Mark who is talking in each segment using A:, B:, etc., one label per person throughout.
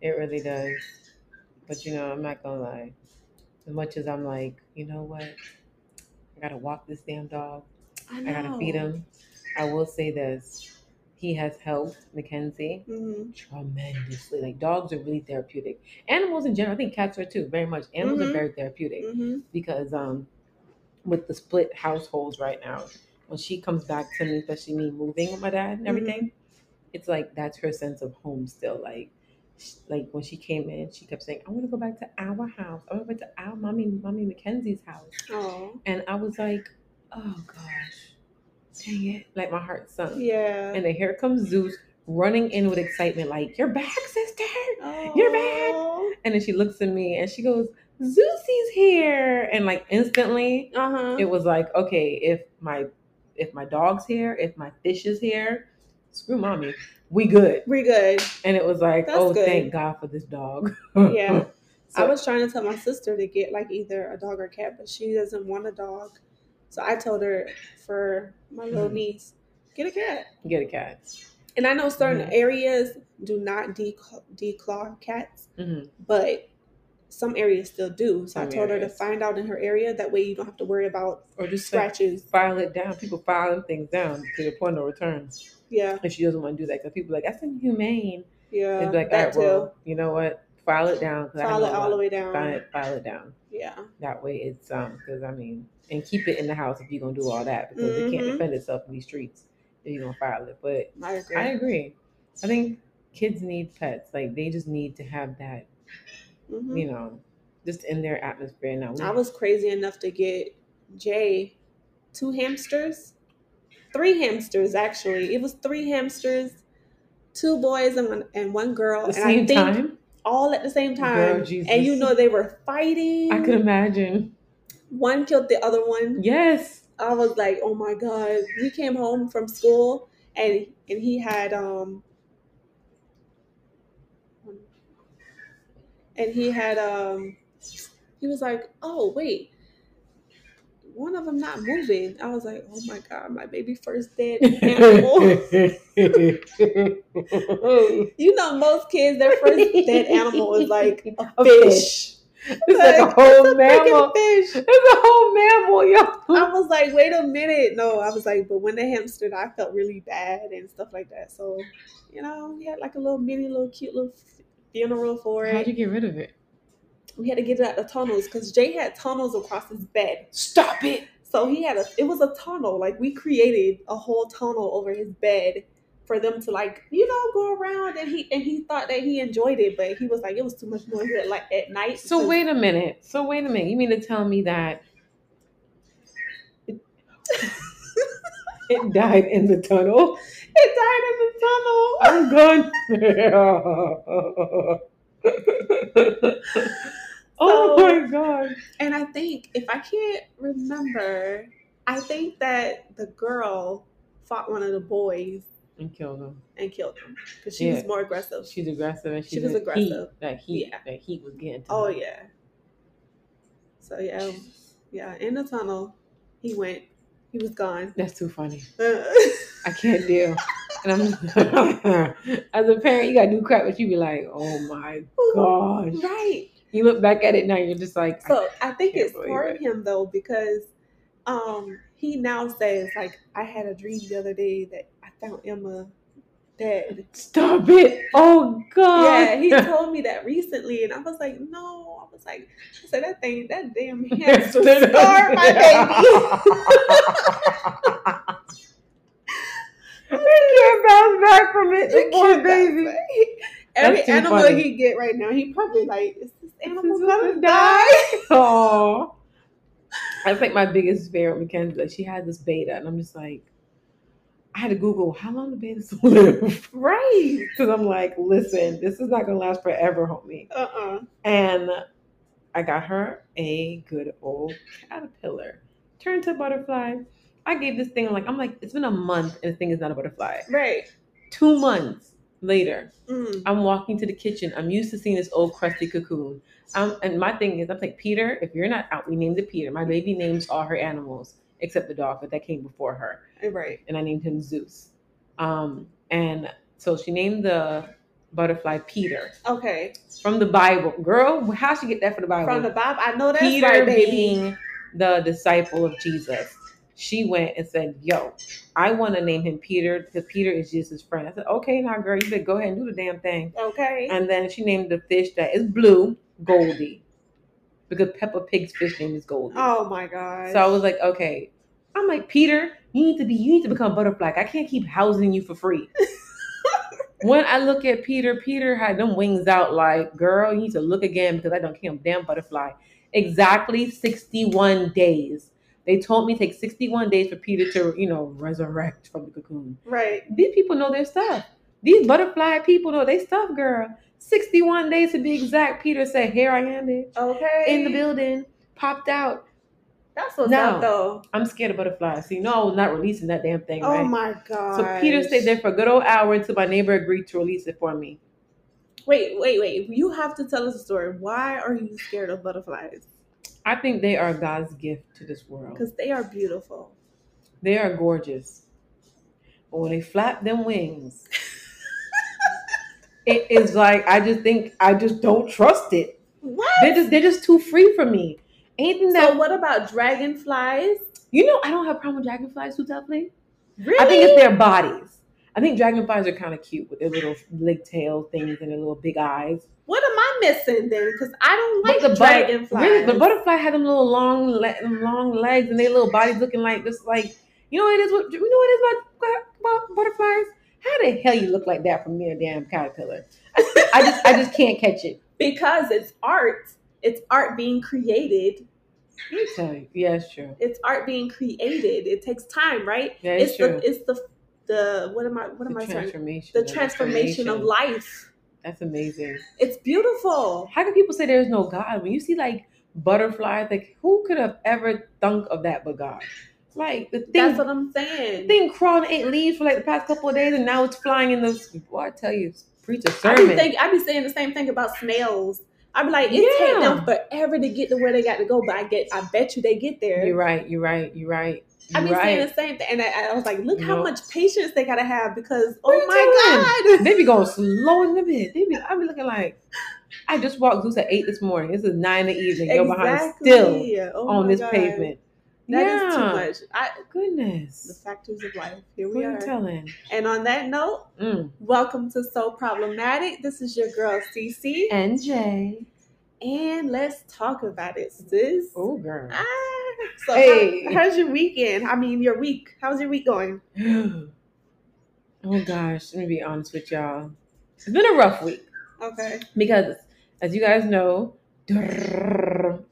A: It really does. But you know, I'm not gonna lie. As much as I'm like, you know what? I gotta walk this damn dog.
B: I
A: I gotta feed
B: know.
A: him. I will say this. He has helped Mackenzie
B: Mm-hmm.
A: tremendously. Like dogs are really therapeutic. Animals in general, I think cats are too, very much. Animals are
B: Mhm.
A: very therapeutic
B: Mm-hmm.
A: because um with the split households right now, when she comes back to me, especially me moving with my dad and everything, it's like that's her sense of home still. Like, sh- like when she came in, she kept saying, "I want to go back to our house. I want to go back to our mommy, mommy Mackenzie's house."
B: Oh.
A: And I was like, "Oh gosh, dang it!" Like my heart sunk.
B: Yeah.
A: And then here comes Zeus running in with excitement, like, "You're back, sister! You're back!" And then she looks at me and she goes, "Zeus is here!" And like instantly,
B: Uh huh.
A: it was like okay if my if my dog's here if my fish is here screw mommy we good
B: We good.
A: and it was like
B: That's
A: oh
B: good.
A: thank god for this dog
B: Yeah.
A: so,
B: I was trying to tell my sister to get like either a dog or cat, but she doesn't want a dog. So I told her for my little
A: Mhm.
B: niece, get a cat.
A: get a cat
B: And I know certain
A: Mhm.
B: areas do not de- declaw cats,
A: hmm
B: but some areas still do. So I
A: Some
B: told her to
A: areas.
B: find out in her area. That way you don't have to worry about
A: or just like
B: scratches.
A: file it down people filing things down to the point of return
B: Yeah.
A: and she doesn't want to do that because people are like that's inhumane
B: Yeah.
A: it's like
B: Uh, that
A: that
B: too.
A: well you know what file it down because
B: File it all the way down.
A: file it, file it down
B: Yeah.
A: that way it's um because i mean and keep it in the house if you're gonna do all that because it can't
B: Mhm.
A: defend itself in these streets if you're gonna file it but
B: I agree.
A: I agree. I think kids need pets. Like they just need to have that,
B: Mhm.
A: you know, just in their atmosphere. Now, we-
B: I was crazy enough to get Jay two hamsters, three hamsters actually. It was three hamsters, two boys and one, and one girl,
A: the
B: and
A: same
B: I think
A: time,
B: all at the same time.
A: Girl, Jesus.
B: And you know they were fighting.
A: I could imagine.
B: one killed the other one.
A: Yes.
B: I was like, oh my god. We came home from school and and he had um and he had um he was like, oh wait. One of them not moving. I was like, "Oh my god, my baby first dead animal."
A: it's
B: You know, most kids, their first dead animal is like a
A: A
B: fish.
A: It's like a
B: Like,
A: whole
B: Freaking
A: mammal.
B: fish.
A: It's a whole mammal, yo.
B: I was like, wait a minute. No, I was like, but when the hamster, died, I felt really bad and stuff like that. So, you know, we had like a little mini, little cute little f- funeral for
A: How'd
B: it.
A: you get rid of it?
B: we had to get it out the tunnels because Jay had tunnels across his bed.
A: Stop it.
B: So he had a, it was a tunnel. Like we created a whole tunnel over his bed for them to like, you know, go around. And he, and he thought that he enjoyed it, but he was like, it was too much noise at like at night.
A: So wait a minute. So wait a minute. You mean to tell me that it died in the tunnel?
B: It died in the tunnel.
A: I'm gone. oh my god.
B: And I think if I can't remember, I think that the girl fought one of the boys
A: And killed him.
B: and killed him because she was
A: Yeah.
B: more aggressive.
A: She's aggressive and she's
B: She was
A: in heat.
B: aggressive.
A: That heat.
B: Yeah.
A: That heat was getting to
B: Oh
A: her.
B: yeah. So yeah, yeah. In the tunnel, he went. He was gone.
A: That's too funny.
B: yeah.
A: I can't deal. And I'm as a parent, you gotta do crap, but you be like, oh my gosh.
B: Right.
A: You look back at it now, you're just like,
B: So I think
A: can't
B: it's
A: believe
B: for
A: it.
B: him though because um he now says like I had a dream the other day that I found Emma dead.
A: stop it. Oh
B: Yeah,
A: god.
B: he told me that recently, and I was like, no. I was like, I said that thing, that damn hamster scarred my baby.
A: can't bounce back from it. The
B: It
A: poor
B: killed that
A: baby.
B: thing. Every
A: That's too
B: animal
A: funny.
B: he get right now, he probably like, is this animal
A: This is
B: gonna
A: gonna
B: die?
A: Oh, that's like my biggest fear with Mackenzie. Like she had this beta, and I'm just like, I had to Google how long the betas live
B: Right.
A: because I'm like, listen, this is not gonna last forever, homie.
B: Uh uh
A: And I got her a good old caterpillar, turned to a butterfly. I gave this thing like I'm like, it's been a month, and the thing is not a butterfly.
B: Right.
A: Two months later,
B: Mm.
A: I'm walking to the kitchen. I'm used to seeing this old crusty cocoon. Um, and my thing is, I'm like, Peter, if you're not out, we named it Peter. My baby names all her animals except the dog, but that came before her.
B: Right.
A: And I named him Zeus. Um, and so she named the butterfly Peter
B: Okay.
A: from the Bible. Girl, how she get that for the Bible?
B: From the Bible, I know that's
A: Peter
B: right, baby.
A: being the disciple of Jesus, she went and said, Yo, I want to name him Peter because Peter is Jesus' friend. I said, Okay, now, girl, you better go ahead and do the damn thing.
B: okay.
A: And then she named the fish that is blue Goldie because Peppa Pig's fish name is Goldie.
B: oh my god.
A: So I was like, Okay. I'm like, Peter, you need to be, you need to become butterfly. I can't keep housing you for free. When I look at Peter, Peter had them wings out like, girl, you need to look again because I don't care. I'm a damn butterfly. Exactly 61 days. They told me it takes 61 days for Peter to, you know, resurrect from the cocoon.
B: right.
A: These people know their stuff. These butterfly people know they stuff, girl. 61 days to be exact. Peter said, here I am, bitch.
B: Okay.
A: In the building, popped out.
B: That's what's
A: No.
B: up though.
A: I'm scared of butterflies. So you know I was not releasing that damn thing,
B: Oh
A: right?
B: my god.
A: so Peter stayed there for a good old hour until my neighbor agreed to release it for me.
B: Wait, wait, wait. You have to tell us a story. Why are you scared of butterflies?
A: I think they are God's gift to this world.
B: Because they are beautiful.
A: They are gorgeous. But when they flap them wings, it is like I just think I just don't trust it.
B: What?
A: They're just they're just too free for me. Anything that
B: So what about dragonflies?
A: you know, I don't have problem with dragonflies too definitely.
B: Really?
A: I think it's their bodies. I think dragonflies are kind of cute with their little leg tail things and their little big eyes.
B: what am I missing then? Because I don't like
A: But the butter-
B: dragonflies.
A: Really, the butterfly had them little long, le- long legs, and their little bodies looking like just like you know what it is. What you know what it is about, about butterflies? How the hell you look like that from being a damn caterpillar? I just, I just can't catch it.
B: because it's art. It's art being created.
A: Let me tell you, yeah, it's true.
B: It's art being created. It takes time, right?
A: Yeah, it's,
B: it's
A: true.
B: the it's the the what am I what am I saying?
A: transformation.
B: The transformation of life.
A: That's amazing.
B: It's beautiful.
A: How can people say there's no God when you see like butterflies? Like who could have ever thunk of that but God? Like the thing
B: That's what I'm
A: The
B: saying.
A: thing crawled and ate leaves for like the past couple of days, and now it's flying in those. Boy, I tell you, preach a
B: I be
A: sermon.
B: think I be saying the same thing about snails. I be like, it
A: Yeah.
B: take them forever to get to where they got to go, but I get, I bet you they get there.
A: you're right. You're right. You're right.
B: I
A: You're
B: be saying
A: right.
B: the same thing, and I, I was like, look how
A: Nope.
B: much patience they gotta have because,
A: What
B: oh
A: you
B: my god,
A: they be going slow in the bit. They be. I be looking like I just walked loose at eight this morning. This is nine in the evening. You're behind still
B: Oh
A: on
B: my
A: this
B: God.
A: pavement.
B: That
A: yeah.
B: is too much. I, the
A: Goodness.
B: factors of life. Here
A: What
B: we
A: are you
B: are.
A: telling?
B: And on that note,
A: Mm.
B: welcome to So Problematic. This is your girl Cece,
A: NJ.
B: and let's talk about it, sis.
A: Oh girl.
B: Ah, so
A: Hey.
B: how, how's your weekend? I mean, your week. How's your week going?
A: oh gosh. Let me be honest with y'all. It's been a rough week.
B: Okay.
A: because as you guys know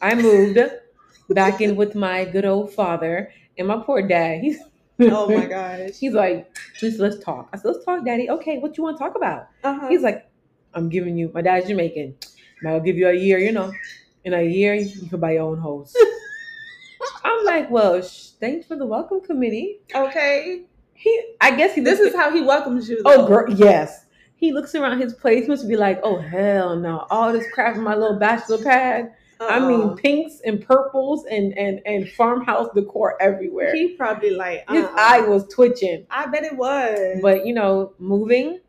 A: i moved back in with my good old father and my poor dad he's
B: Oh my gosh.
A: he's like please let's talk i said let's talk daddy okay what you want to talk about
B: Uh-huh.
A: he's like i'm giving you my dad's jamaican and i'll give you a year you know in a year you can buy your own house i'm like well sh- thanks for the welcome committee
B: okay.
A: he i guess he
B: This
A: looks-
B: is how he welcomes you.
A: Oh,
B: Though.
A: girl, yes. He looks around his place, must be like, oh, hell no. All this crap in my little bachelor pad. I mean,
B: Uh-uh.
A: pinks and purples and, and, and farmhouse decor everywhere.
B: he probably like
A: his
B: uh-uh.
A: eye was twitching.
B: I bet it was.
A: But, you know, moving,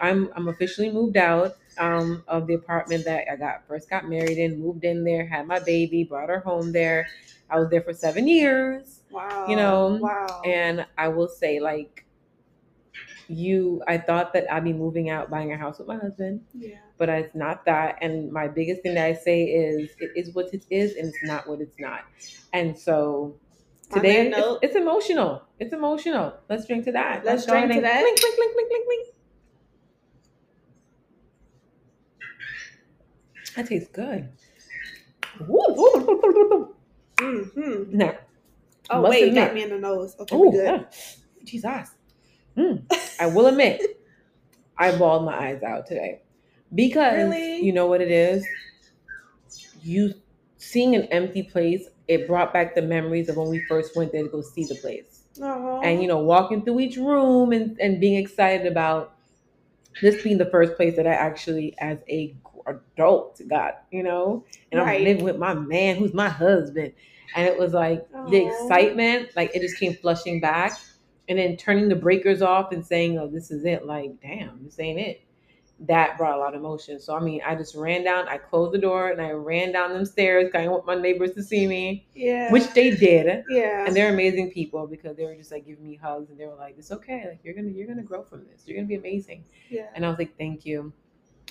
A: I'm, I'm officially moved out um, of the apartment that I got first got married in, moved in there, had my baby, brought her home there. I was there for seven years.
B: wow,
A: you know,
B: wow,
A: And I will say, like, you, I thought that I'd be moving out, buying a house with my husband,
B: yeah,
A: but it's not that. And my biggest thing that I say is, it is what it is, and it's not what it's not. And so
B: On
A: today,
B: that
A: it's,
B: note-
A: it's emotional. It's emotional. Let's drink to that.
B: Let's
A: go ahead
B: drink to
A: and
B: that.
A: Clink, clink, clink, clink, clink, clink. That tastes good. Ooh.
B: hmm
A: Now,
B: Oh
A: Must
B: wait, you
A: admit.
B: got me in the nose. Okay, we
A: Oh,
B: good.
A: yeah. Jesus. Mm. I will admit, I bawled my eyes out today because
B: Really?
A: you know what it is. You seeing an empty place, it brought back the memories of when we first went there to go see the place,
B: Aw.
A: and you know, walking through each room and and being excited about this being the first place that I actually, as a adult God, you know, and
B: Right.
A: I'm living with my man who's my husband. And it was like the
B: Aw.
A: excitement, like it just came flushing back and then turning the breakers off and saying, Oh, this is it. Like, damn, this ain't it. That brought a lot of emotion. So, I mean, I just ran down, I closed the door and I ran down them stairs. 'cause I didn't want my neighbors to see me,
B: Yeah.
A: which they did.
B: yeah.
A: And they're amazing people because they were just like giving me hugs and they were like, It's okay, like you're gonna you're gonna grow from this. You're gonna be amazing.
B: yeah.
A: And I was like, Thank you.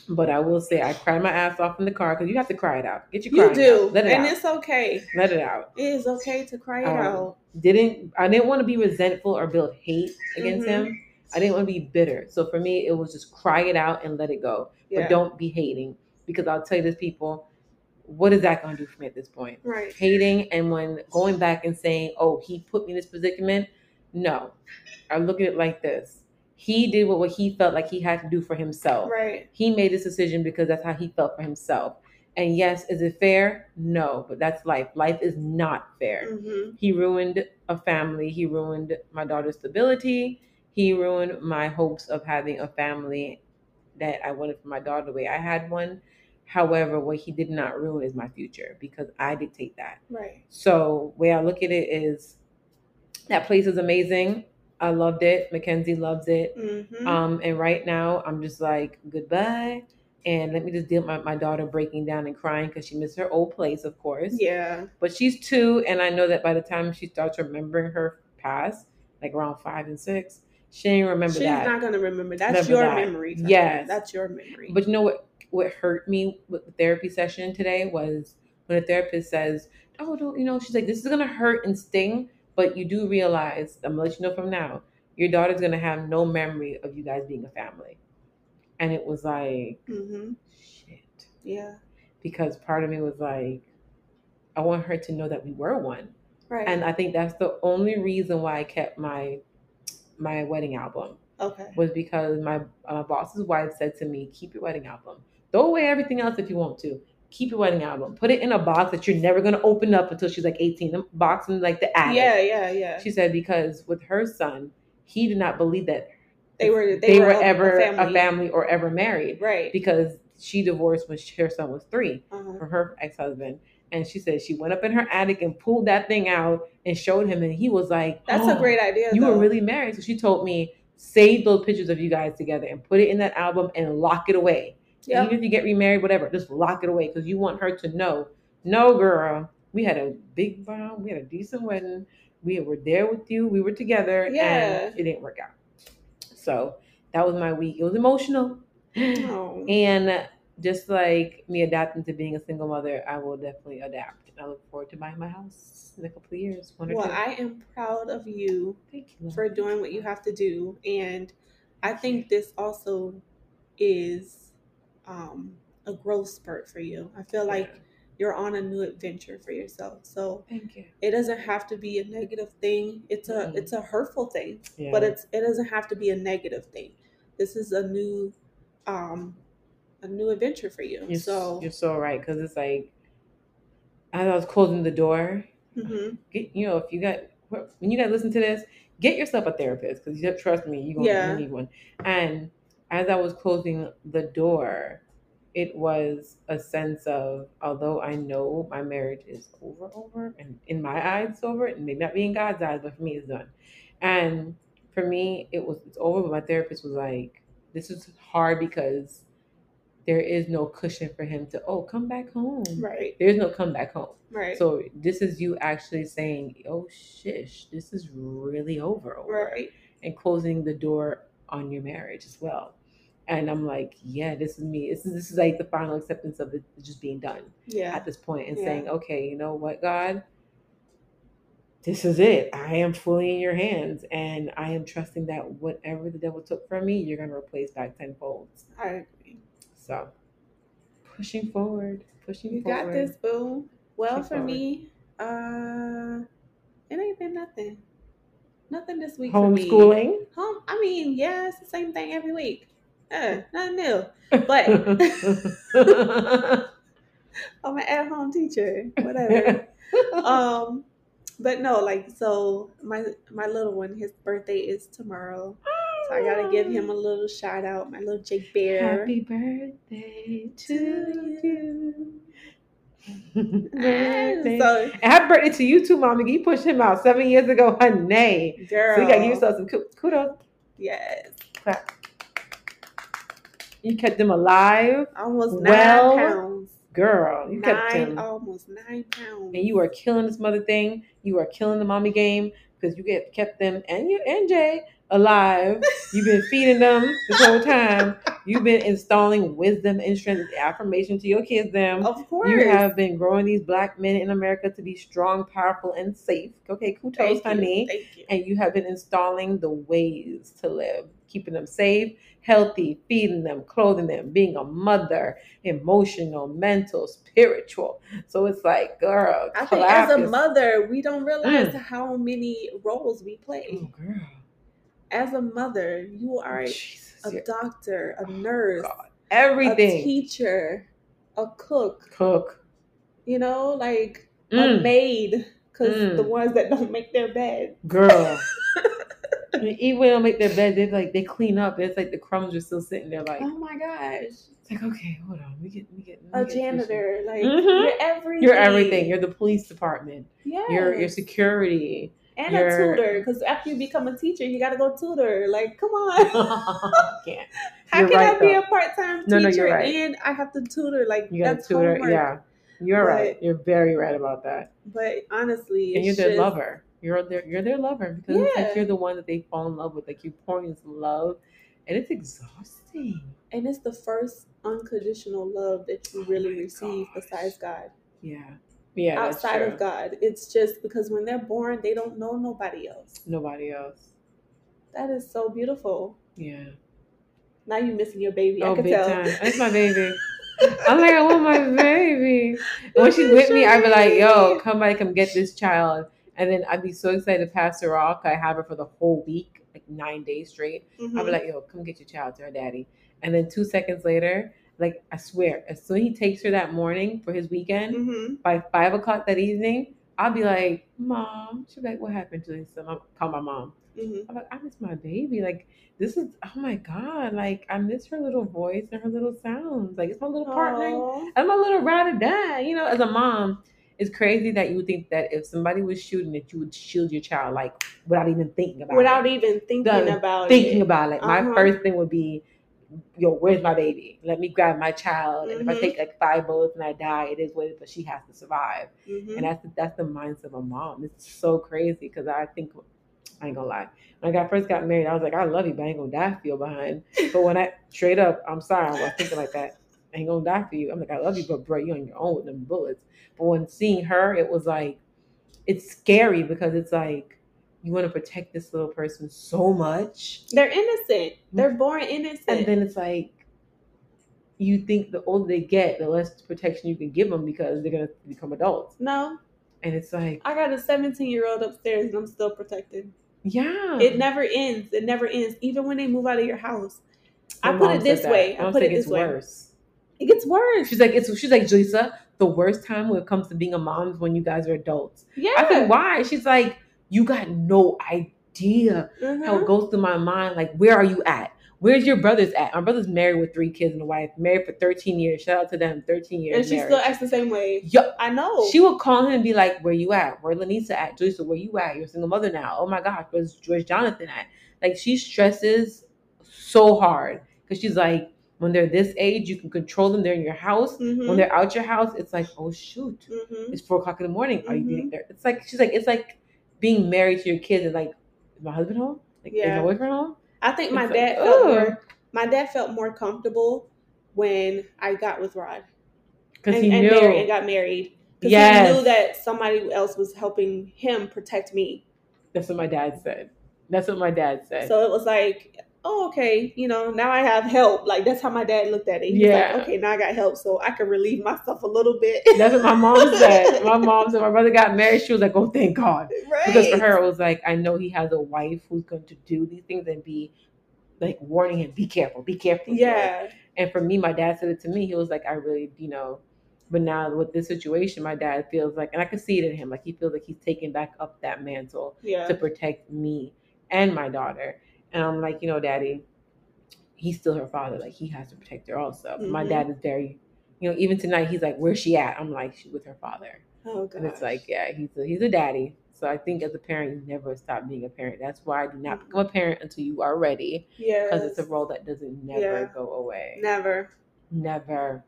A: But I will say I cried my ass off in the car because you have to cry it out. Get your
B: You
A: crying
B: do.
A: out. Let it
B: and
A: out.
B: it's okay.
A: Let it out.
B: It is okay to cry it
A: Um,
B: out.
A: Didn't I didn't want to be resentful or build hate against
B: Mhm.
A: him. I didn't want to be bitter. So for me it was just cry it out and let it go.
B: Yeah.
A: But don't be hating. Because I'll tell you this people, what is that gonna do for me at this point?
B: Right.
A: hating and when going back and saying, "Oh, he put me in this predicament." No, I look at it like this: He did what, what he felt like he had to do for himself.
B: Right.
A: He made this decision because that's how he felt for himself. And yes, is it fair? No, but that's life. Life is not fair.
B: Mm-hmm.
A: He ruined a family. He ruined my daughter's stability. He ruined my hopes of having a family that I wanted for my daughter the way I had one. However, what he did not ruin is my future because I dictate that.
B: Right.
A: So way I look at it is that place is amazing. I loved it. Mackenzie loves it.
B: Mm-hmm.
A: Um, and right now I'm just like goodbye, and let me just deal with my, my daughter breaking down and crying because she missed her old place, of course.
B: yeah.
A: But she's two, and I know that by the time she starts remembering her past, like around five and six, she ain't remember
B: She's
A: that.
B: not gonna remember. That's
A: Remember
B: your
A: that.
B: memory. Tanya.
A: Yes.
B: That's your memory.
A: But you know what? What hurt me with the therapy session today was when a therapist says, "Oh, don't you know?" She's like, "This is gonna hurt and sting, but you do realize I'm gonna let you know from now, your daughter's gonna have no memory of you guys being a family." And it was like,
B: mm-hmm.
A: shit,
B: Yeah.
A: because part of me was like, I want her to know that we were one,
B: Right.
A: and I think that's the only reason why I kept my my wedding album
B: okay.
A: was because my uh, boss's wife said to me, "Keep your wedding album. Throw away everything else if you want to. Keep your wedding album. Put it in a box that you're never gonna open up until she's like 18. The box in like the attic."
B: Yeah. Yeah. Yeah.
A: She said because with her son, he did not believe that
B: they were. They,
A: they, were,
B: a- a
A: ever
B: family.
A: a family or ever married
B: Right.
A: because she divorced when her son was three
B: Uh-huh.
A: from her ex husband. And she said she went up in her attic and pulled that thing out and showed him, and he was like,
B: That's a
A: "Oh,
B: great idea.
A: You
B: though.
A: were really married." So she told me, save those pictures of you guys together and put it in that album and lock it away.
B: Yep.
A: Even if you get remarried, whatever, just lock it away because you want her to know, no, girl, we had a big bond, we had a decent wedding, we were there with you, we were together,
B: Yeah.
A: and it didn't work out. So that was my week. It was emotional.
B: No.
A: And just like me adapting to being a single mother, I will definitely adapt. And I look forward to buying my house in a couple of years. One or
B: Well,
A: two.
B: I am proud of you
A: Thank you.
B: for doing what you have to do, and I think this also is um, a growth spurt for you. I feel like you're on a new adventure for yourself. So
A: Thank you.
B: it doesn't have to be a negative thing. It's a
A: Mhm.
B: it's a hurtful thing,
A: Yeah.
B: but it's it doesn't have to be a negative thing. This is a new um, a new adventure for you.
A: you're, so,
B: so
A: you're so right because it's like as I was closing the door,
B: mhm.
A: get you know if you got when you guys listen to this, get yourself a therapist because you trust me, you gonna
B: Yeah.
A: you need one. And as I was closing the door, it was a sense of although I know my marriage is over, over, and in my eyes it's over, and maybe not be in God's eyes, but for me it's done. And for me, it was it's over. But my therapist was like, "This is hard because." There is no cushion for him to, oh, come back home.
B: right,
A: There's no come back home.
B: right,
A: So this is you actually saying, "Oh shish, this is really over," over,"
B: right,
A: and closing the door on your marriage as well. And I'm like, "Yeah, this is me. This is this is like the final acceptance of it just being done
B: yeah,
A: at this point, and
B: Yeah.
A: saying, "Okay, you know what, God." This is it. I am fully in your hands, and I am trusting that whatever the devil took from me, you're going to replace back tenfold.
B: I agree.
A: So, pushing forward, pushing
B: You
A: forward.
B: got this, boo. Well,
A: Keep
B: for
A: going.
B: me, uh, it ain't been nothing. Nothing this week. For me.
A: Homeschooling.
B: Home. I mean, yeah, it's the same thing every week. Uh, nothing new. But I'm an at-home teacher. Whatever. um, but no, like so, my my little one, his birthday is tomorrow. So I gotta give him a little shout out, my little Jake Bear.
A: Happy birthday to you.
B: Ah,
A: birthday.
B: so
A: And happy birthday to you too, Mama. You pushed him out seven years ago, honey.
B: girl,
A: So you gotta give yourself some ku- kudos.
B: yes,
A: You kept him alive,
B: almost nine
A: Well,
B: pounds,
A: girl. You kept
B: nine
A: him,
B: almost nine pounds,
A: and you are killing this mother thing. You are killing the mommy game because you get kept them and you and Jay alive. You've been feeding them this whole time. You've been installing wisdom and strength, and affirmation to your kids. Them.
B: of course.
A: You have been growing these black men in America to be strong, powerful, and safe. Okay, kudos,
B: Thank you,
A: honey.
B: Thank you.
A: and you have been installing the ways to live, keeping them safe, healthy, feeding them, clothing them, being a mother, emotional, mental, spiritual. So it's like, girl,
B: I think
A: clap Mm.
B: as a
A: your-
B: mother, we don't realize how many roles we play.
A: oh, girl,
B: As a mother, you are
A: Jesus,
B: a
A: you're
B: doctor, a
A: Oh,
B: nurse,
A: God.
B: a
A: everything,
B: teacher, a cook,
A: cook,
B: you know, like a
A: Mm,
B: maid, because
A: Mm.
B: the ones that don't make their bed.
A: girl. I mean, even when they make their bed, they like they clean up. It's like the crumbs are still sitting there. Like
B: Oh my gosh.
A: it's like okay, hold on, we get we get we
B: A
A: get fishing.
B: janitor, like
A: Mhm.
B: you're everything.
A: You're everything. You're the police department.
B: yeah.
A: You're your security.
B: and
A: you're-
B: a tutor, because after you become a teacher, you gotta go tutor. Like, come on.
A: can't.
B: How
A: You're
B: can
A: right,
B: I be
A: though.
B: a part time
A: No,
B: teacher
A: no, you're right.
B: and I have to tutor? Like
A: You got
B: that's
A: to tutor.
B: homework.
A: Yeah, you're
B: But-
A: right. You're very right about that.
B: But honestly,
A: And you're
B: it's
A: their
B: just-
A: lover. You're their you're their lover because it's
B: Yeah.
A: like you're the one that they fall in love with. Like you pouring this love, and it's exhausting.
B: and it's the first unconditional love that you
A: Oh
B: really
A: my
B: receive
A: gosh.
B: besides God.
A: Yeah, yeah. that's
B: Outside
A: true.
B: of God, it's just because when they're born, they don't know nobody else.
A: nobody else.
B: That is so beautiful.
A: Yeah.
B: Now you're missing your baby.
A: oh,
B: I can
A: big
B: tell.
A: time. That's my baby. I'm like, I want my baby. And when she's with me, I'd be like, yo,
B: Baby.
A: somebody come get this child. And then I'd be so excited to pass her off. 'cause I have her for the whole week, like nine days straight. I'd be
B: Mhm.
A: like, yo, come get your child to her daddy. And then two seconds later, like, I swear, as soon as he takes her that morning for his weekend,
B: Mhm.
A: by five o'clock that evening, I'll be like, Mom. She'll be like, What happened, Julie? So I'll call my mom.
B: Mhm.
A: I'm like, I miss my baby. Like, this is, oh my God. Like, I miss her little voice and her little sounds. Like, it's my little partner.
B: Aw.
A: I'm a little ride or die. You know, as a mom, it's crazy that you would think that if somebody was shooting, that you would shield your child, like without even thinking about
B: Without
A: it.
B: even thinking
A: Done.
B: about
A: thinking
B: it.
A: about it. Like,
B: Uh-huh.
A: My first thing would be, yo, where's my baby? Let me grab my child. And if
B: Mhm.
A: I take like five bullets and I die, it is what it is, but she has to survive.
B: Mhm.
A: And that's the, that's the mindset of a mom. It's so crazy because I think I ain't gonna lie. When I got first got married, I was like, I love you, but I ain't gonna die for you behind. But when I straight up, I'm sorry, I was thinking like that. I ain't gonna die for you. I'm like, I love you, but bro, you on your own with them bullets. But when seeing her, it was like, it's scary because it's like you want to protect this little person so much,
B: They're innocent. They're born innocent.
A: and then it's like. You think the older they get, the less protection you can give them because they're gonna become adults,
B: no,
A: and it's like,
B: I got a 17 year old upstairs and I'm still protected.
A: yeah,
B: It never ends. It never ends. Even when they move out of your house. I
A: My
B: put
A: mom
B: it
A: said
B: this
A: that.
B: way.
A: My
B: I
A: mom
B: put
A: said
B: it
A: it's
B: this way.
A: worse.
B: It gets worse.
A: She's like, it's she's like, Julissa, the worst time when it comes to being a mom is when you guys are adults.
B: Yeah.
A: I said, why? She's like, you got no idea
B: Mhm.
A: how it goes through my mind. Like, where are you at? Where's your brother's at? My brother's married with three kids and a wife, married for 13 years. Shout out to them, 13 years.
B: and she
A: married.
B: still acts the same way.
A: Yo,
B: I know.
A: she would call him and be like, Where you at? Where Lanisa at? Julissa, where you at? You're a single mother now. Oh my gosh, where's George Jonathan at? Like she stresses so hard. Cause she's like, when they're this age, you can control them. They're in your house. When
B: Mhm.
A: they're out your house, it's like, oh shoot,
B: Mhm.
A: it's four o'clock in the morning.
B: Mm-hmm.
A: Are you getting there? It's like she's like, it's like being married to your kids and like, is my husband home? Like, is
B: Yeah.
A: my boyfriend home?
B: I think my
A: It's like,
B: dad felt
A: ugh.
B: more my dad felt more comfortable when I got with Rod and,
A: Because he
B: and
A: knew.
B: married and got married. Because he
A: Yes.
B: knew that somebody else was helping him protect me.
A: That's what my dad said. That's what my dad said.
B: So it was like, oh, okay, you know, now I have help. Like that's how my dad looked at it. He's
A: Yeah.
B: like, okay, now I got help, so I can relieve myself a little bit.
A: That's what my mom said. My mom said my brother got married. She was like, "Oh, thank God,"
B: right.
A: because for her it was like, "I know he has a wife who's going to do these things and be like warning him, be careful, be careful."
B: Yeah.
A: And for me, my dad said it to me. He was like, "I really, you know," but now with this situation, my dad feels like, and I can see it in him, like he feels like he's taking back up that mantle
B: Yeah.
A: to protect me and my daughter. And I'm like, you know, daddy, he's still her father. Like he has to protect her also. My
B: Mhm.
A: dad is very, you know, even tonight he's like, where's she at? I'm like, she's with her father.
B: Oh god.
A: And it's like, yeah, he's a, he's a daddy. So I think as a parent, you never stop being a parent. That's why I do not become a parent until you are ready,
B: yeah,
A: because it's a role that doesn't never
B: Yeah.
A: go away.
B: never.
A: Never.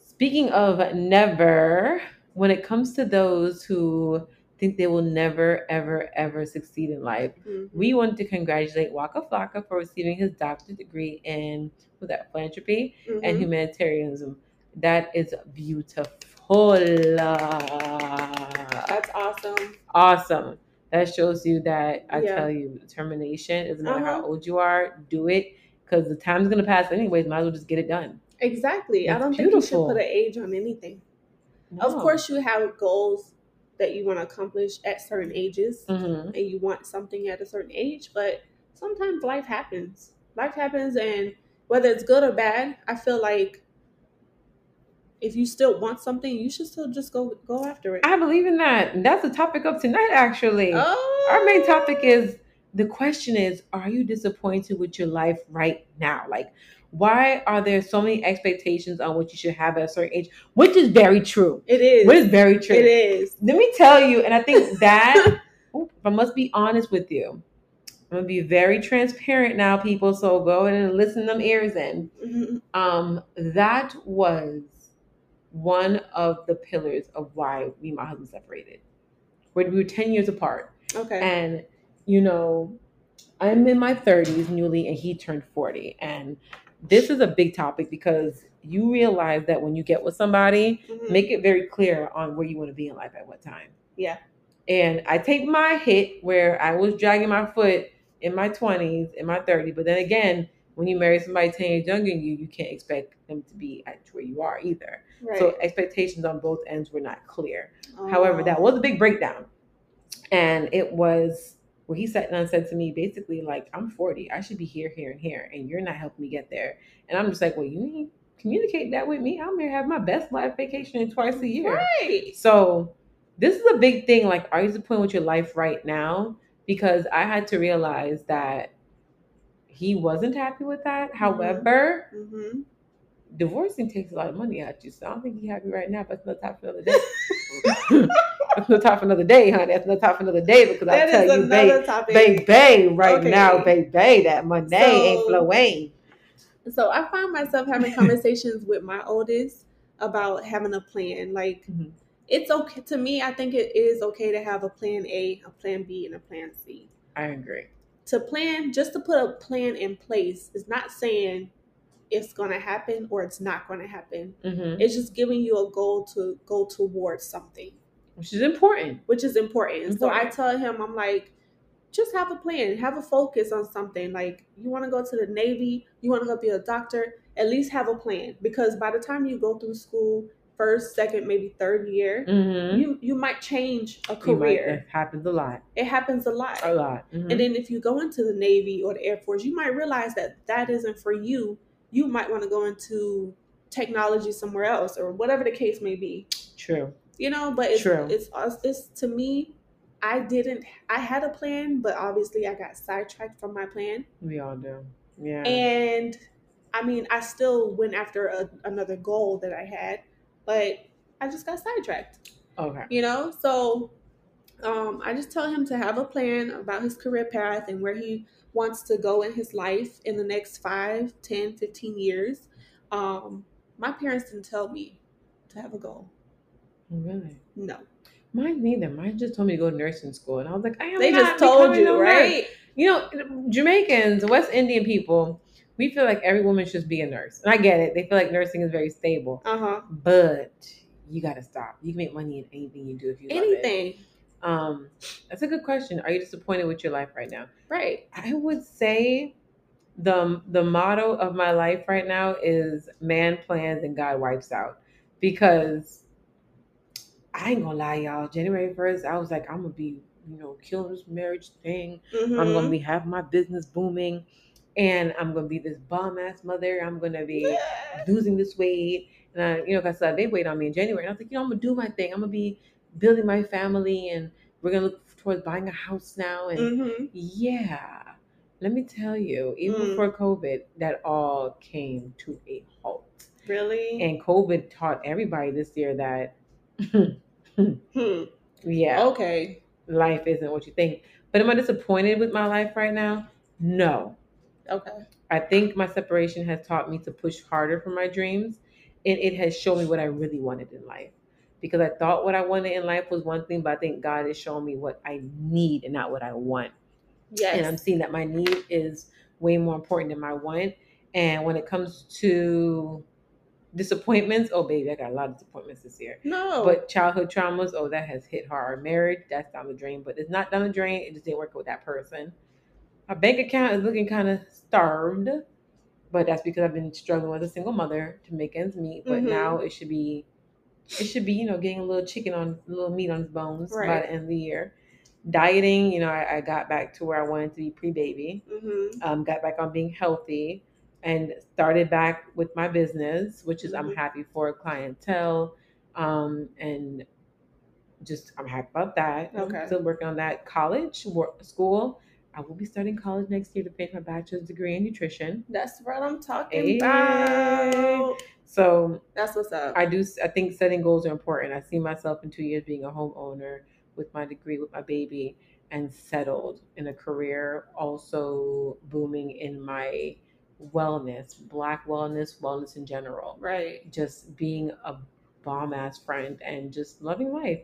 A: Speaking of never, when it comes to those who think they will never, ever, ever succeed in life,
B: Mhm.
A: we want to congratulate Waka Flocka for receiving his doctorate degree in with that philanthropy and
B: Mhm.
A: humanitarianism. That is beautiful.
B: that's awesome.
A: Awesome. That shows you that I
B: Yeah.
A: tell you, determination. It doesn't matter how
B: Uh-huh.
A: old you are, do it because the time's gonna pass anyways. Might as well just get it done.
B: Exactly. I
A: That's
B: don't think you
A: beautiful.
B: should put an age on anything. Of
A: No.
B: course, you have goals that you want to accomplish at certain ages,
A: Mhm.
B: and you want something at a certain age. But sometimes life happens. Life happens, and whether it's good or bad, I feel like if you still want something, you should still just go go after it.
A: I believe in that. And that's the topic of tonight, actually.
B: Oh,
A: Our main topic is the question is Are you disappointed with your life right now? Like, why are there so many expectations on what you should have at a certain age? Which is very true.
B: It is.
A: Which is very true.
B: It is.
A: Let me tell you, and I think that Oop, I must be honest with you. I'm gonna be very transparent now, people. So go in and listen them ears in.
B: Mhm.
A: Um, that was one of the pillars of why me and my husband separated. Where we were 10 years apart.
B: Okay.
A: And, you know, I'm in my 30s newly, and he turned 40. And this is a big topic because you realize that when you get with somebody,
B: Mhm.
A: make it very clear on where you want to be in life at what time.
B: Yeah.
A: And I take my hit where I was dragging my foot in my 20s, in my 30s. But then again, when you marry somebody 10 years younger than you, you can't expect them to be at where you are either.
B: right.
A: So expectations on both ends were not clear. However, that was a big breakdown. And it was where he sat down and said to me, basically, like, I'm 40. I should be here, here, and here. And you're not helping me get there. And I'm just like, well, you ain't communicate that with me. I'm here to have my best life vacation twice a year.
B: Right.
A: So this is a big thing. Like, are you disappointed with your life right now? Because I had to realize that he wasn't happy with that. However,
B: hmm
A: divorcing takes a lot of money out you. So I don't think he's happy right now, but that's another topic for another day. that's another topic for another day, honey. That's another topic for another day because
B: That
A: I
B: is
A: tell you, babe,
B: another topic.
A: babe, babe, right
B: Okay.
A: now, babe, babe, that money ain't
B: So-
A: flowing.
B: So I find myself having conversations with my oldest about having a plan. Like
A: Mhm.
B: it's okay to me. I think it is okay to have a plan A, a plan B, and a plan C.
A: I agree.
B: To plan, just to put a plan in place, is not saying it's going to happen or it's not going to happen.
A: Mm-hmm.
B: It's just giving you a goal to go towards something.
A: Which is important.
B: which is important. So I
A: Important.
B: tell him, I'm like, just have a plan, have a focus on something. Like, you want to go to the Navy, you want to go be a doctor, at least have a plan. Because by the time you go through school, first, second, maybe third year,
A: Mm-hmm.
B: you, you might change a
A: You might-
B: career.
A: it happens a lot.
B: It happens a lot.
A: A lot. Mhm.
B: Mm-hmm. And then if you go into the Navy or the Air Force, you might realize that that isn't for you. You might want to go into technology somewhere else or whatever the case may be
A: True.
B: you know but it's
A: True.
B: it's us it's to me i didn't i had a plan but obviously i got sidetracked from my plan
A: We all do. Yeah.
B: and i mean i still went after a, another goal that i had but i just got sidetracked
A: okay.
B: you know so um, i just tell him to have a plan about his career path and where he wants to go in his life in the next five, ten, fifteen years um, my parents didn't tell me to have a goal
A: Really?
B: no
A: Mine neither. Mine just told me to go to nursing school, and I was like, I am.
B: they
A: not
B: just told
A: becoming
B: you
A: no nurse.
B: right
A: You know, Jamaicans, West Indian people, we feel like every woman should be a nurse, and I get it. They feel like nursing is very stable,
B: Uh huh.
A: but you gotta stop. You can make money in anything you do if you love it.
B: Anything.
A: Um, that's a good question. Are you disappointed with your life right now?
B: Right.
A: I would say the the motto of my life right now is man plans and God wipes out because I ain't gonna lie, y'all. January first, I was like, I'm gonna be, you know, killing this marriage thing. I'm
B: Mm-hmm.
A: gonna be having my business booming, and I'm gonna be this bomb ass mother. I'm gonna be losing this weight, and I, you know, cause uh, they weighed on me in January, and I was like, you know, I'm gonna do my thing. I'm gonna be building my family, and we're gonna look towards buying a house now, and
B: Mm-hmm.
A: yeah. Let me tell you, even
B: Mm.
A: before COVID, that all came to a halt.
B: Really?
A: And COVID taught everybody this year that,
B: Hmm.
A: yeah,
B: Okay.
A: life isn't what you think. But am I disappointed with my life right now? No.
B: Okay.
A: I think my separation has taught me to push harder for my dreams and it has shown me what I really wanted in life. Because I thought what I wanted in life was one thing, but I think God has shown me what I need and not what I want. And I'm
B: Yes.
A: seeing that my need is way more important than my want. And when it comes to disappointments, oh baby, I got a lot of disappointments this year.
B: No.
A: But childhood traumas, oh, that has hit hard. Our marriage, that's down the drain. But it's not down the drain. It just didn't work with that person. Our bank account is looking kind of starved, but that's because I've been struggling as a single mother to make ends meet. But
B: Mhm.
A: now it should be, it should be you know getting a little chicken on a little meat on his bones by
B: Right.
A: the end of the year. Dieting, you know, I, I got back to where I wanted to be pre baby.
B: mm-hmm.
A: Um, got back on being healthy, and started back with my business, which is I'm
B: Mhm.
A: happy for clientele, um, and just I'm happy about that. I'm
B: Okay.
A: still working on that. College, work, school. I will be starting college next year to finish my bachelor's degree in nutrition.
B: That's what I'm talking
A: Hey.
B: about.
A: So
B: That's what's up.
A: I do. I think setting goals are important. I see myself in two years being a homeowner with my degree, with my baby, and settled in a career. Also booming in my wellness, black wellness, wellness in general
B: right.
A: just being a bomb ass friend and just loving life.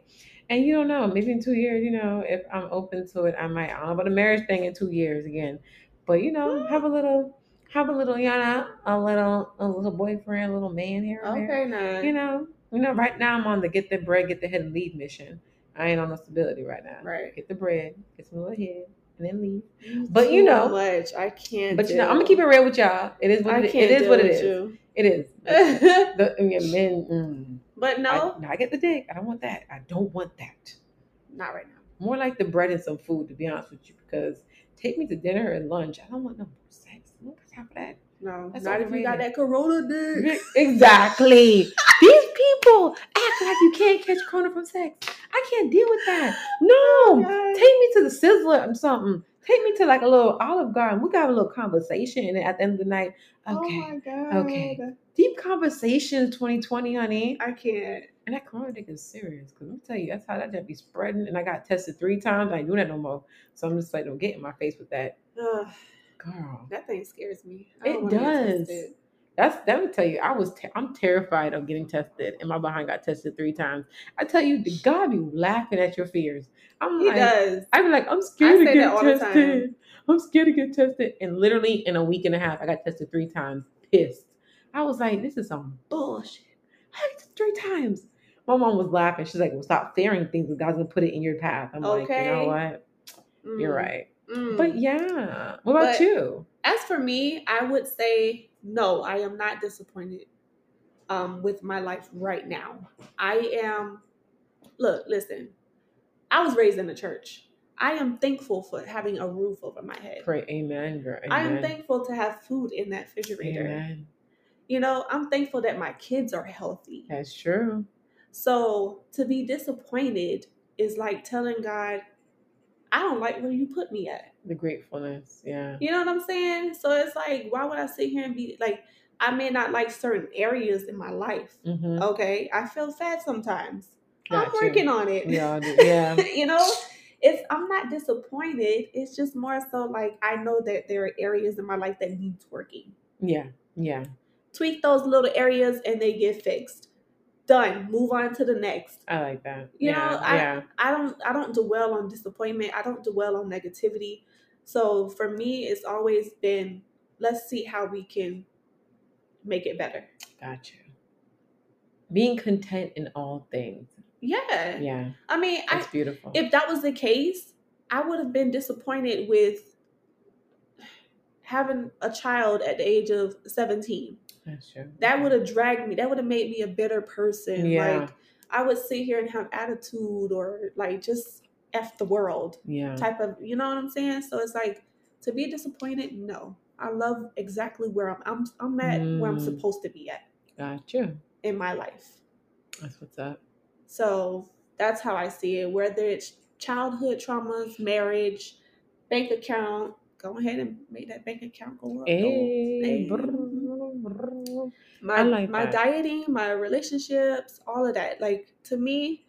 A: And you don't know, maybe in two years, you know, if I'm open to it, I might. I don't know about a marriage thing in two years again, but you know, have a little, have a little, you know, a little, a little boyfriend, a little man here and there.
B: Okay, now.
A: You know, you know. Right now, I'm on the get the bread, get the head, and leave mission. I ain't on no stability right now.
B: Right.
A: Get the bread, get some little head, and then leave. But you know-
B: Too much. I can't.
A: But you know, I'm gonna keep it real with y'all. It is what
B: I
A: it,
B: can't.
A: it is.
B: deal
A: What it
B: with
A: is.
B: you.
A: It is. The yeah, men. Mm.
B: but
A: I,
B: no,
A: no, I get the dick. I don't want that. I don't want that.
B: not right now.
A: More like the bread and some food, to be honest with you, because take me to dinner and lunch. I don't want no more sex. I don't got time for that.
B: No,
A: That's
B: not if you got
A: overrated.
B: that Corona dick.
A: Exactly. These people act like you can't catch corona from sex. I can't deal with that. No.
B: God.
A: Take me to the sizzler or something. Take me to like a little olive garden. We got a little conversation. And at the end of the night, okay.
B: Oh my god.
A: Okay. Deep conversation 2020, honey.
B: I can't.
A: And that corona dick is serious. Cause let me tell you, that's how that just be spreading. And I got tested three times. I ain't doing that no more. So I'm just like, don't get in my face with that.
B: Ugh,
A: Girl.
B: that thing scares me.
A: It
B: don't wanna get
A: does.
B: tested.
A: That's let me tell you, I was te- I'm terrified of getting tested, and my behind got tested three times. I tell you, the God be laughing at your fears. I'm
B: He
A: like,
B: does.
A: I be like, I'm scared to
B: say that
A: get
B: all the time.
A: tested. I'm scared to get tested, and literally in a week and a half, I got tested three times. Pissed. I was like, this is some bullshit. I got tested three times. My mom was laughing. She's like, well, stop fearing things. God's gonna put it in your path. I'm like, you know
B: Okay.
A: what? You're
B: Mm,
A: right.
B: mm.
A: But yeah, what about
B: But-
A: you?
B: as for me, I would say no, I am not disappointed um, with my life right now. I am, look, listen, I was raised in the church. I am thankful for having a roof over my head.
A: Pray, Amen, girl. Amen.
B: I am thankful to have food in that refrigerator.
A: Amen.
B: You know, I'm thankful that my kids are healthy.
A: That's true.
B: So to be disappointed is like telling God, I don't like where you put me at.
A: The gratefulness, yeah.
B: You know what I'm saying? So it's like, why would I sit here and be like, I may not like certain areas in my life.
A: Mm-hmm.
B: Okay. I feel fat sometimes. I'm
A: Got you.
B: working on it.
A: We all do. Yeah.
B: you know, it's I'm not disappointed. It's just more so like I know that there are areas in my life that needs working.
A: Yeah. Yeah.
B: Tweak those little areas and they get fixed. Done. Move on to the next.
A: I like that.
B: You
A: yeah.
B: know, I-
A: yeah.
B: I don't I don't dwell on disappointment. I don't dwell on negativity. So for me, it's always been let's see how we can make it better.
A: Got you. Being content in all things.
B: Yeah.
A: Yeah.
B: I mean, I
A: That's beautiful.
B: if that was the case, I would have been disappointed with having a child at the age of 17.
A: That's true.
B: That would have dragged me. That would have made me a bitter person.
A: Yeah.
B: Like I would sit here and have attitude or like just F the world.
A: Yeah.
B: type of you know what I'm saying? So it's like to be disappointed, no. I love exactly where I'm I'm I'm at where I'm
A: Mm.
B: supposed to be at
A: Got you.
B: in my life.
A: That's what's up.
B: So that's how I see it. Whether it's childhood traumas, marriage, bank account, go ahead and make that bank account go up.
A: Hey,
B: Hey.
A: brr, brr.
B: My
A: I like
B: my
A: that.
B: dieting, my relationships, all of that. Like to me,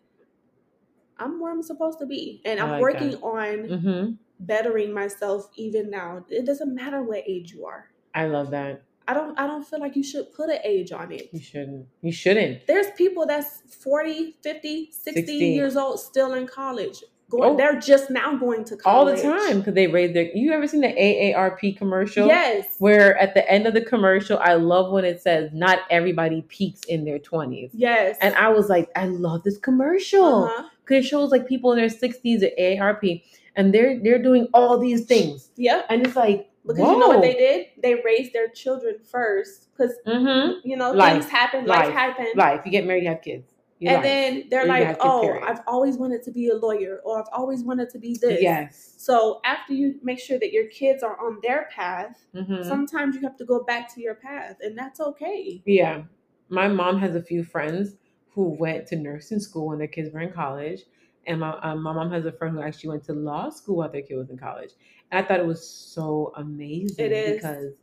B: I'm where I'm supposed to be, and
A: I
B: I'm
A: like
B: working
A: that.
B: on
A: Mhm.
B: bettering myself even now. It doesn't matter what age you are.
A: I love that.
B: I don't I don't feel like you should put an age on it.
A: You shouldn't. You shouldn't.
B: There's people that's 40, 50, 60
A: 60.
B: years old still in college. Going
A: Oh.
B: they're just now going to
A: All
B: college.
A: the time because they raise their. You ever seen the AARP commercial?
B: Yes.
A: Where at the end of the commercial, I love when it says, "Not everybody peaks in their 20s.
B: yes.
A: and I was like, I love this commercial
B: Uh-huh.
A: because it shows like people in their 60s at AARP, and they're they're doing all these things,
B: Yep.
A: and it's like
B: Because you know what
A: whoa.
B: they did? They raised their children first. Because
A: Mhm.
B: you know,
A: Life.
B: things happen,
A: Life.
B: life, happens.
A: life. You get married, you have kids, You
B: and
A: life.
B: then they're
A: You
B: like,
A: have to
B: Oh,
A: period.
B: I've always wanted to be a lawyer or I've always wanted to be this.
A: yes,
B: So after you make sure that your kids are on their path,
A: Mhm.
B: sometimes you have to go back to your path and that's okay
A: yeah. My mom has a few friends who went to nursing school when their kids were in college, and my um, my mom has a friend who actually went to law school while their kid was in college. And I thought it was so amazing
B: It is.
A: because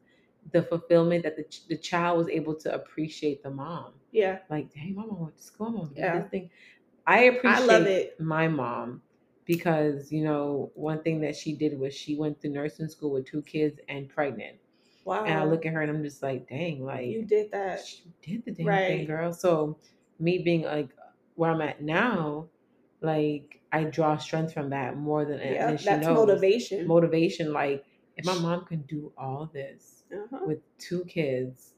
A: the fulfillment that the ch- the child was able to appreciate the mom.
B: yeah
A: like, dang, my mom went to school. My mom did
B: Yeah.
A: this thing. I appreciate
B: i love it
A: my mom because you know one thing that she did was she went to nursing school with two kids and pregnant.
B: wow
A: And I look at her and I'm just like, dang,
B: Oh. you
A: like
B: did that
A: she did the damn thing,
B: Right.
A: girl. So me being like where I'm at now, like I draw strength from that more than and
B: yeah
A: then
B: that's
A: she knows.
B: motivation
A: Motivation, like if my mom can do all this
B: uh-huh.
A: with two kids,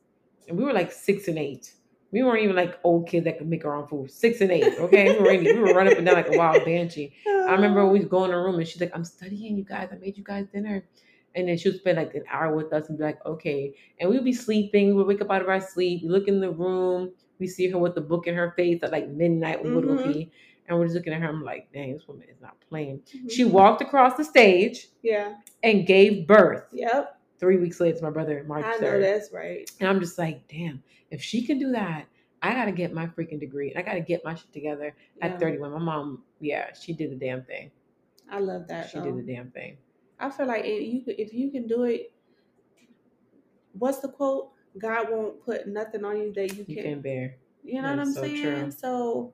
A: and we were like six and eight. We weren't even like old kids that could make our own food. Six and eight, okay? We were, we were running up and down like a wild banshee. I remember we was going in the room and she's like, "I'm studying, you guys. I made you guys dinner," and then she would spend like an hour with us and be like, "Okay," and we'd be sleeping. We would wake up out of our sleep. We look in the room. We see her with the book in her face at like midnight. We would go
B: Mhm.
A: pee, and we're just looking at her. I'm like, "Dang, this woman is not playing."
B: Mhm.
A: She walked across the stage
B: yeah
A: and gave birth.
B: yep
A: Three weeks later, to my brother, March
B: i know
A: third.
B: that's right
A: And I'm just like, damn, if she can do that, I gotta get my freaking degree and I gotta get my shit together
B: Yeah.
A: at 31. My mom, yeah, she did the damn thing.
B: i love that
A: She
B: though.
A: did the damn thing.
B: i feel like if you could- if you can do it what's the quote god won't put nothing on you that you
A: You
B: can't
A: can bear.
B: you know
A: That
B: what
A: is
B: i'm
A: so
B: saying
A: true.
B: so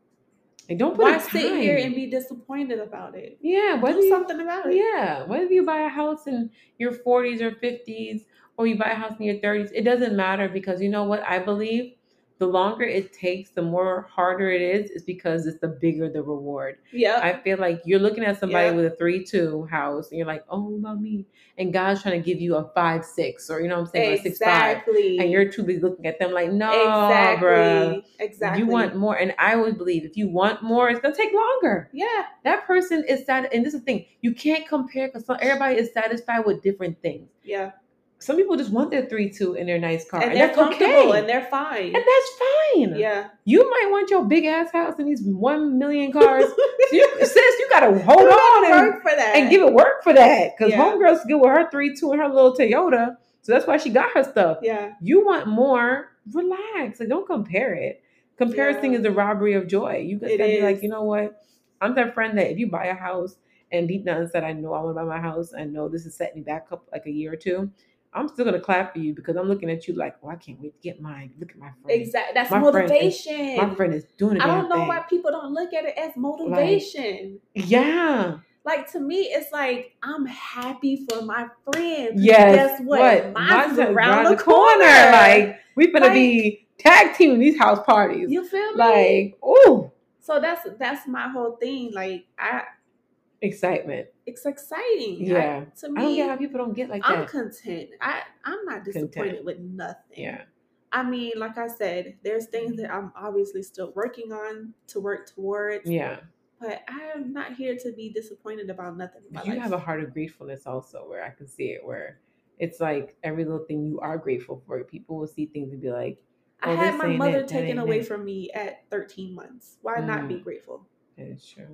A: Like, don't put
B: why
A: a
B: sit
A: time.
B: here and be disappointed about it
A: yeah, whether
B: do
A: you,
B: something about it
A: yeah, whether you buy a house in your 40s or 50s or you buy a house in your 30s, it doesn't matter because you know what I believe. The longer it takes, the more harder it is. Is because it's the bigger the reward.
B: yeah
A: I feel like you're looking at somebody
B: Yeah.
A: with a three two house and you're like, oh what about me. And God's trying to give you a five six or you know what I'm saying, or a six five.
B: exactly
A: And you're too busy looking at them like, no,
B: exactly.
A: bruh.
B: Exactly.
A: You want more. And I always believe if you want more, it's gonna take longer.
B: Yeah.
A: That person is sad and this is the thing, you can't compare because everybody is satisfied with different things.
B: Yeah.
A: Some people just want their three two in their nice car.
B: And,
A: And,
B: they're
A: that's
B: comfortable
A: okay.
B: and they're fine.
A: and that's fine.
B: yeah.
A: You might want your big ass house and these one million cars. you, sis, you gotta hold on and
B: Work for that.
A: and give it work for that. Because
B: Yeah.
A: homegirl's good with her three two and her little Toyota, so that's why she got her stuff.
B: Yeah.
A: You want more? Relax. Like don't compare it. Comparison
B: Yeah.
A: is a robbery of joy. You just
B: It
A: gotta be like,
B: is.
A: you know what? I'm that friend that if you buy a house and deep down said, I know I want to buy my house. I know this is setting me back up like a year or two. I'm still gonna clap for you because I'm looking at you like, oh, I can't wait to get mine. Look at my friend.
B: Exactly. That's
A: Mm. My friend is-
B: motivation.
A: My friend is doing it.
B: I don't know why people don't look at it as motivation.
A: Yeah.
B: Like, to me, it's like I'm happy for my friend.
A: Yes.
B: Guess what? Mine's
A: Mine's
B: around the corner.
A: Like we better
B: Like-
A: be tag teaming these house parties.
B: You feel me?
A: Like, ooh,
B: so that's that's my whole thing. Like I,
A: excitement.
B: it's exciting.
A: Yeah.
B: I- to
A: I don't
B: me,
A: get how people don't get like
B: I'm
A: that.
B: content. I I'm not
A: Content.
B: disappointed with nothing.
A: Yeah. Mm-hmm.
B: I mean, like I said, there's things that I'm obviously still working on to work towards,
A: Yeah.
B: but I'm not here to be disappointed about nothing. in my
A: You
B: life.
A: have a heart of gratefulness also where I can see it where it's like every little thing you are grateful for. People will see things and be like,
B: I
A: oh,
B: had
A: this
B: my
A: ain't
B: mother
A: it, that
B: taken
A: ain't
B: away
A: it.
B: from me at 13 months. Why not be
A: Mm.
B: grateful?
A: it's true.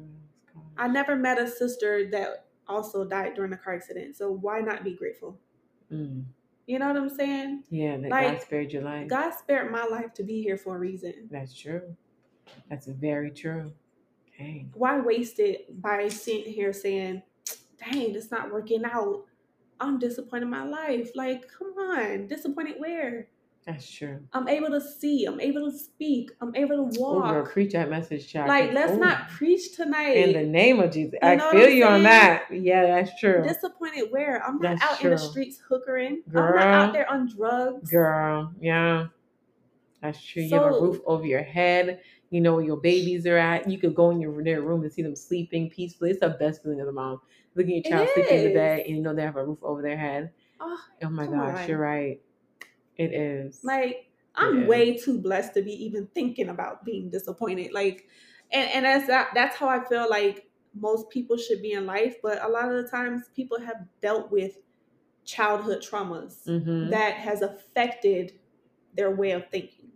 B: I never met a sister that also died during a car accident, so why not be grateful?
A: Mm.
B: You know what I'm saying?
A: Yeah, that God
B: Like,
A: spared your life.
B: God spared my life to be here for a reason.
A: That's true. That's very true. Dang.
B: why waste it by sitting here saying, dang, it's not working out. I'm disappointed in my life. Like, come on, disappointed where?
A: That's true.
B: I'm able to see. I'm able to speak. I'm able to
A: Oh, girl,
B: walk.
A: preach that message, child.
B: like, let's
A: Oh,
B: not preach tonight.
A: In the name of Jesus,
B: You
A: I
B: know what
A: feel
B: I'm
A: you on
B: saying?
A: that. Yeah, that's true,
B: disappointed where? I'm not
A: That's
B: out in the
A: true.
B: streets hookering. I'm
A: Girl.
B: not out there on drugs.
A: girl. Yeah, that's true. you have a
B: So-
A: roof over your head. You know where your babies are at. You could go in your their room and see them sleeping peacefully. It's the best feeling as a mom, looking at
B: It
A: your child sleeping in the
B: is.
A: bed and you know they have a roof over their head.
B: Oh,
A: Oh my
B: Come
A: gosh,
B: on.
A: you're right. It is.
B: Like I'm
A: Yeah.
B: way too blessed to be even thinking about being disappointed. Like, and and that's that, that's how I feel like most people should be in life. But a lot of the times, people have dealt with childhood traumas
A: Mhm.
B: that has affected their way of thinking.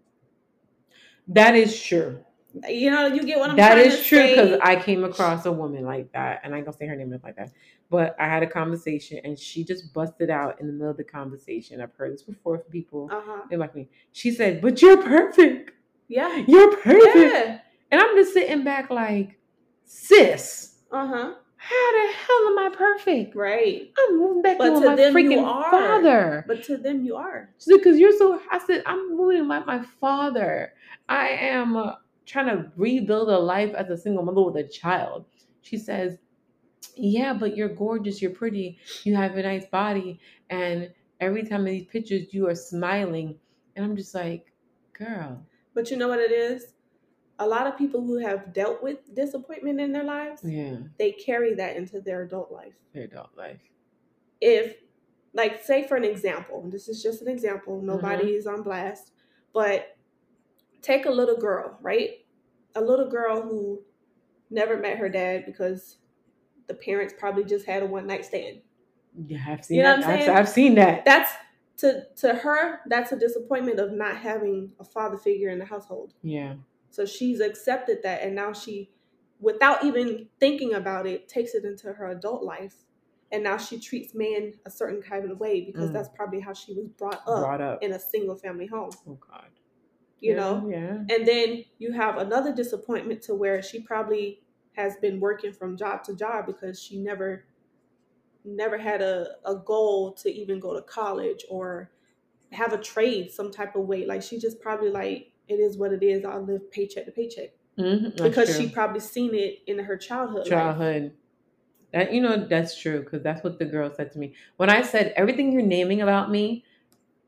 A: that is true.
B: You know, you get what I'm
A: That
B: trying
A: is
B: to
A: true because
B: say?
A: I came across a woman like that, and I ain't gonna say her name like that, but I had a conversation and she just busted out in the middle of the conversation. I've heard this before from people.
B: uh-huh.
A: They like me. She said, "But you're perfect.
B: Yeah.
A: You're perfect."
B: Yeah.
A: And I'm just sitting back like, "Sis,
B: Uh-huh.
A: how the hell am I perfect?
B: Right.
A: I'm moving back
B: But
A: in with
B: to
A: my
B: them you
A: freaking
B: are.
A: father."
B: But to them, you are.
A: She said, "Cause you're so." I said, "I'm moving like my father. I am uh, trying to rebuild a life as a single mother with a child." She says, "Yeah, but you're gorgeous. You're pretty. You have a nice body, and every time in these pictures, you are smiling." And I'm just like, "Girl,
B: But you know what it is? A lot of people who have dealt with disappointment in their lives,
A: yeah,
B: they carry that into their adult life.
A: your adult life.
B: If, like, say for an example, and this is just an example, nobody is on blast, but take a little girl, right? A little girl who never met her dad because the parents probably just had a one night stand.
A: Yeah, I've seen
B: You know
A: that.
B: what I'm
A: I've,
B: saying?
A: I've seen that.
B: That's to to her, that's a disappointment of not having a father figure in the household.
A: Yeah,
B: So she's accepted that, and now she, without even thinking about it, takes it into her adult life, and now she treats men a certain kind of way because
A: Mm.
B: that's probably how she was brought up
A: brought up.
B: in a single family home,
A: Oh God,
B: Uh, you
A: Yeah,
B: know.
A: yeah,
B: And then you have another disappointment to where she probably has been working from job to job because she never never had a, a goal to even go to college or have a trade some type of way. Like she just probably like, it is what it is, I'll live paycheck to paycheck
A: Mhm, that's
B: because
A: true.
B: she probably seen it in her childhood. Life.
A: childhood. That you know that's true because that's what the girl said to me when I said everything you're naming about me.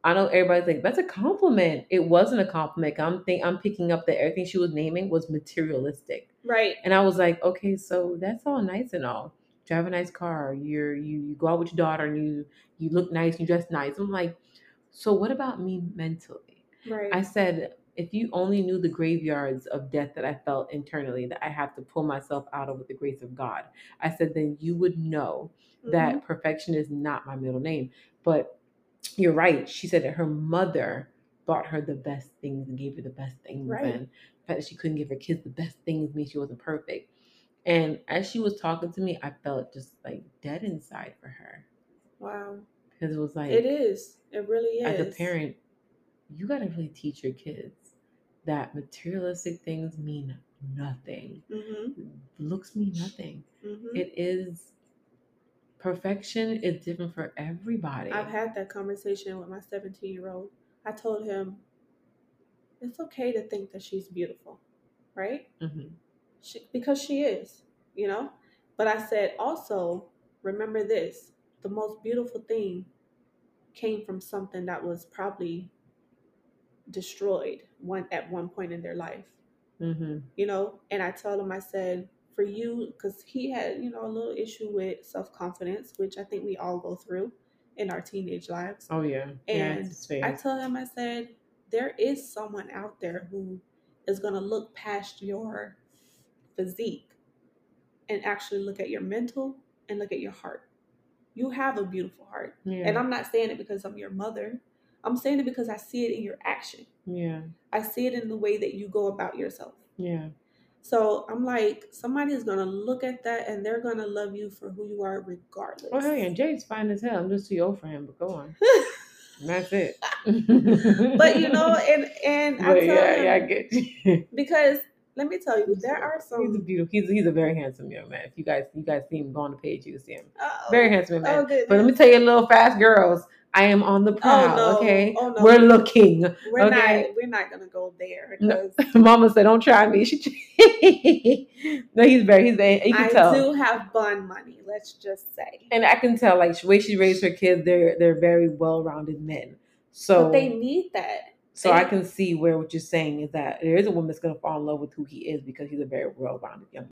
A: I know everybody's like that's a compliment. It wasn't a compliment. I'm think I'm picking up that everything she was naming was materialistic,
B: Right.
A: and I was like, okay, so that's all nice and all. Drive a nice car. You're you you go out with your daughter and you you look nice. You dress nice. I'm like, so what about me mentally?
B: Right.
A: I said, if you only knew the graveyards of death that I felt internally that I have to pull myself out of with the grace of God, I said, then you would know that
B: Mhm.
A: perfection is not my middle name. But you're right. She said that her mother bought her the best things and gave her the best things.
B: Right.
A: And the fact that she couldn't give her kids the best things means she wasn't perfect. And as she was talking to me, I felt just like dead inside for her.
B: Mm-hmm. Wow.
A: Because it was like,
B: It is. It really is.
A: as a parent, you got to really teach your kids that materialistic things mean nothing.
B: Mm-hmm.
A: Looks mean nothing.
B: Mm-hmm.
A: It is perfection is different for everybody.
B: I've had that conversation with my 17 year old. I told him, it's okay to think that she's beautiful, right?
A: Mhm.
B: She, because she is, you know? But I said also, remember this the most beautiful thing came from something that was probably destroyed one at one point in their life,
A: Mhm.
B: you know? And I told him, I said, for you, because he had, you know, a little issue with self confidence, which I think we all go through in our teenage lives.
A: Oh yeah. yeah,
B: And
A: it's fair.
B: I told him, I said, there is someone out there who is going to look past your physique and actually look at your mental and look at your heart. You have a beautiful heart.
A: yeah.
B: And I'm not saying it because I'm your mother, I'm saying it because I see it in your action,
A: yeah.
B: I see it in the way that you go about yourself.
A: Yeah.
B: So I'm like, somebody is going to look at that and they're going to love you for who you are, regardless.
A: Oh hell yeah. Jay's fine as hell. I'm just too old for him, but go on. And that's it.
B: But you know, and and I
A: But
B: tell
A: yeah,
B: him,
A: yeah, I get you.
B: because let me tell you, there are
A: He's a
B: some.
A: beautiful. He's he's a very handsome young man. If you guys you guys see him go on the page, you see him.
B: Oh,
A: Very handsome man.
B: Oh, goodness. Oh,
A: But let me tell you, little fast girls, I am on the prowl.
B: no.
A: Okay,
B: Oh, no.
A: we're looking.
B: we're
A: okay.
B: not. We're not gonna go there.
A: No.
B: 'cause
A: Mama said, "Don't try me." She no, he's very. He's very. You can
B: I
A: tell.
B: do have bond money. Let's just say.
A: And I can tell, like the way she raised her kids, they're they're very well-rounded men. So
B: but they need that.
A: So
B: They-
A: I can see where what you're saying is that there is a woman that's gonna fall in love with who he is because he's a very well-rounded young.